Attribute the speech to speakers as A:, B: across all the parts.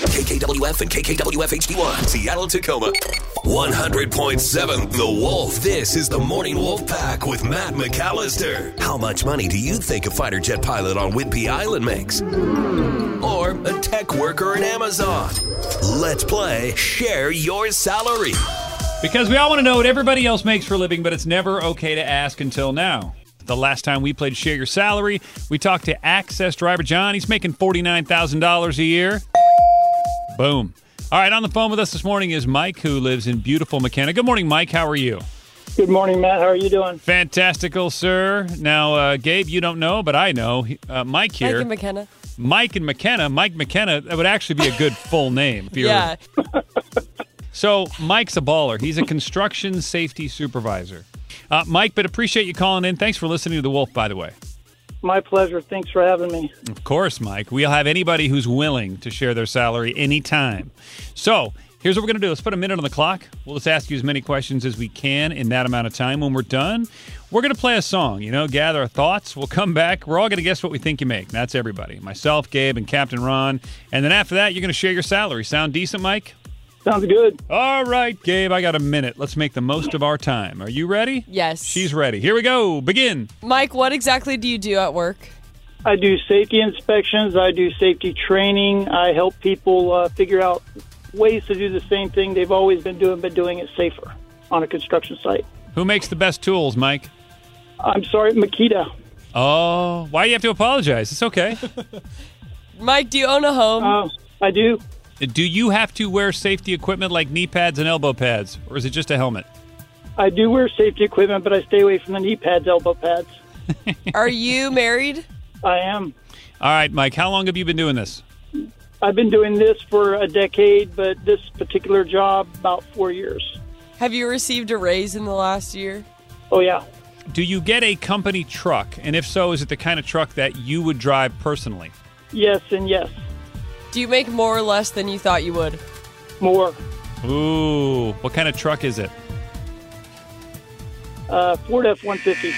A: KKWF and KKWF HD1, Seattle, Tacoma. 100.7 The Wolf. This is the Morning Wolf Pack with Matt McAllister. How much money do you think a fighter jet pilot on Whidbey Island makes? Or a tech worker in Amazon? Let's play Share Your Salary.
B: Because we all want to know what everybody else makes for a living, but it's never okay to ask until now. The last time we played Share Your Salary, we talked to Access driver John. He's making $49,000 a year. Boom. All right, on the phone with us this morning is Mike, who lives in beautiful McKenna. Good morning, Mike. How are you?
C: Good morning, Matt. How are you doing?
B: Fantastical, sir. Now, uh, Gabe, you don't know, but I know. Uh, Mike here.
D: Mike and McKenna.
B: Mike and McKenna. Mike McKenna. That would actually be a good full name. If you're,
D: Yeah.
B: So Mike's a baller. He's a construction safety supervisor. Uh, Mike, but appreciate you calling in. Thanks for listening to The Wolf, by the way.
C: My pleasure. Thanks for having me.
B: Of course, Mike. We'll have anybody who's willing to share their salary anytime. So here's what we're going to do. Let's put a minute on the clock. We'll just ask you as many questions as we can in that amount of time. When we're done, we're going to play a song, you know, gather our thoughts. We'll come back. We're all going to guess what we think you make. That's everybody myself, Gabe, and Captain Ron. And then after that, you're going to share your salary. Sound decent, Mike?
C: Sounds good.
B: All right, Gabe, I got a minute. Let's make the most of our time. Are you ready?
D: Yes.
B: She's ready. Here we go. Begin.
D: Mike, what exactly do you do at work?
C: I do safety inspections. I do safety training. I help people uh, figure out ways to do the same thing they've always been doing, but doing it safer on a construction site.
B: Who makes the best tools, Mike?
C: I'm sorry, Makita.
B: Oh, why do you have to apologize? It's okay.
D: Mike, do you own a home?
C: Uh, I do.
B: do you have to wear safety equipment like knee pads and elbow pads, or is it just a helmet?
C: I do wear safety equipment, but I stay away from the knee pads, elbow pads.
D: Are you married?
C: I am.
B: All right, Mike, how long have you been doing this?
C: I've been doing this for a decade, but this particular job about four years.
D: Have you received a raise in the last year?
C: Oh yeah,
B: Do you get a company truck? And if so, is it the kind of truck that you would drive personally?
C: yes and yes,
D: Do you make more or less than you thought you would?
C: more.
B: Ooh, what kind of truck is it?
C: Uh, Ford F-150.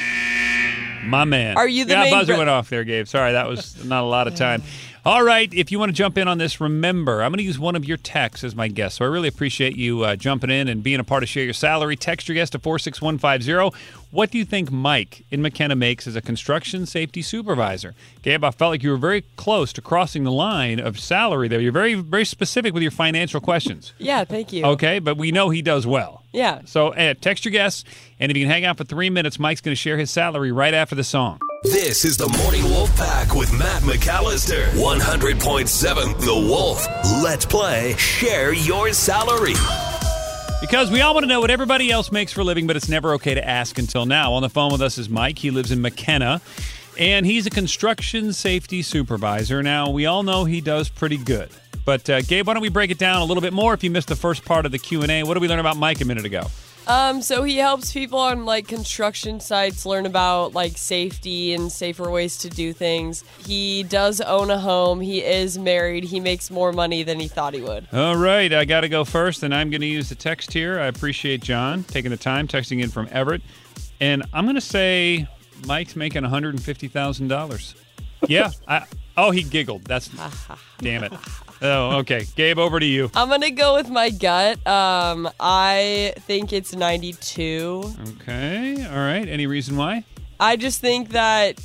B: My man.
D: Are you the
B: Yeah,
D: main
B: buzzer
D: bro-
B: went off there, Gabe. Sorry, that was not a lot of time. All right, if you want to jump in on this, remember, I'm going to use one of your texts as my guest. So I really appreciate you uh, jumping in and being a part of Share Your Salary. Text your guest to 46150. What do you think Mike in McKenna makes as a construction safety supervisor? Gabe, I felt like you were very close to crossing the line of salary there. You're very, very specific with your financial questions.
D: Yeah, thank you.
B: Okay, but we know he does well.
D: Yeah.
B: So uh, text your guests, and if you can hang out for three minutes, Mike's going to share his salary right after the song.
A: This is the Morning Wolf Pack with Matt McAllister. 100.7 The Wolf. Let's play Share Your Salary.
B: Because we all want to know what everybody else makes for a living, but it's never okay to ask until now. On the phone with us is Mike. He lives in McKenna, and he's a construction safety supervisor. Now, we all know he does pretty good. But uh, Gabe, why don't we break it down a little bit more? If you missed the first part of the Q and A, what did we learn about Mike a minute ago?
D: Um, so he helps people on like construction sites learn about like safety and safer ways to do things. He does own a home. He is married. He makes more money than he thought he would.
B: All right, I got to go first, and I'm going to use the text here. I appreciate John taking the time texting in from Everett, and I'm going to say Mike's making one hundred and fifty thousand dollars. Yeah. I, oh, he giggled. That's damn it. Oh, okay. Gabe, over to you.
D: I'm gonna go with my gut. Um, I think it's 92.
B: Okay. All right. Any reason why?
D: I just think that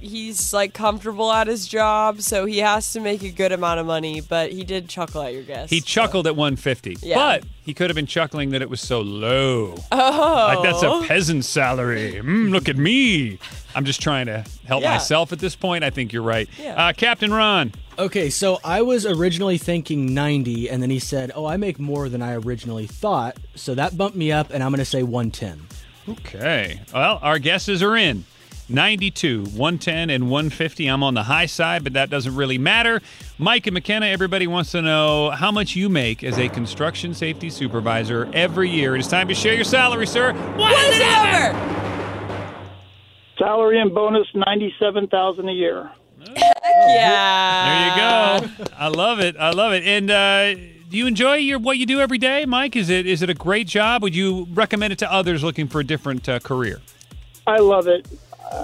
D: he's like comfortable at his job, so he has to make a good amount of money. But he did chuckle at your guess.
B: He chuckled at 150,
D: Yeah.
B: but he could have been chuckling that it was so low.
D: Oh,
B: Like that's a peasant salary. Mm, look at me. I'm just trying to help
D: Yeah.
B: myself at this point. I think you're right.
D: Yeah.
B: Uh, Captain Ron.
E: Okay, so I was originally thinking 90, and then he said, Oh, I make more than I originally thought. So that bumped me up, and I'm going to say 110.
B: Okay. Well, our guesses are in. 92, 110, and 150. I'm on the high side, but that doesn't really matter. Mike and McKenna, everybody wants to know how much you make as a construction safety supervisor every year. It is time to share your salary, sir.
D: What is ever?
C: Salary and bonus ninety-seven thousand a year.
B: There
D: Yeah.
B: you go. I love it. I love it. And uh, do you enjoy your what you do every day, Mike? Is it is it a great job? Would you recommend it to others looking for a different uh, career?
C: I love it.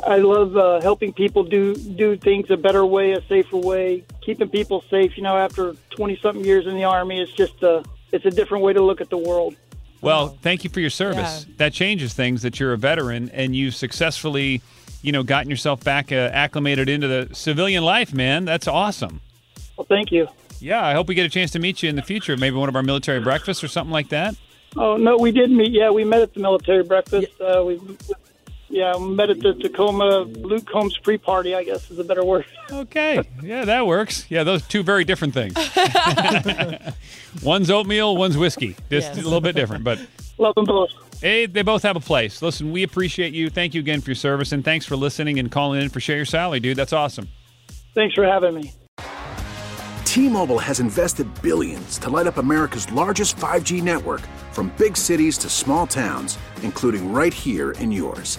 C: I love uh, helping people do do things a better way, a safer way, keeping people safe. You know, after twenty something years in the army, it's just a it's a different way to look at the world.
B: Well, thank you for your service. That changes things that you're a veteran and you've successfully, you know, gotten yourself back uh, acclimated into the civilian life, man. That's awesome.
C: Well, thank you.
B: Yeah, I hope we get a chance to meet you in the future, maybe one of our military breakfasts or something like that.
C: Oh no, we did meet. Yeah, we met at the military breakfast. Uh, we yeah we met at the Tacoma Luke Combs pre party. I guess is a better word.
B: Okay. Yeah, that works. Yeah, those two very different things. one's oatmeal, one's whiskey. Just
D: Yes.
B: a little bit different, but
C: Love them both.
B: hey, they both have a place. Listen, we appreciate you. Thank you again for your service and thanks for listening and calling in for Share Your Salary, dude. That's awesome.
C: Thanks for having me.
A: T-Mobile has invested billions to light up America's largest 5G network from big cities to small towns, including right here in yours.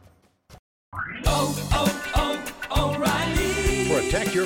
F: Protect your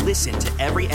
G: Listen to every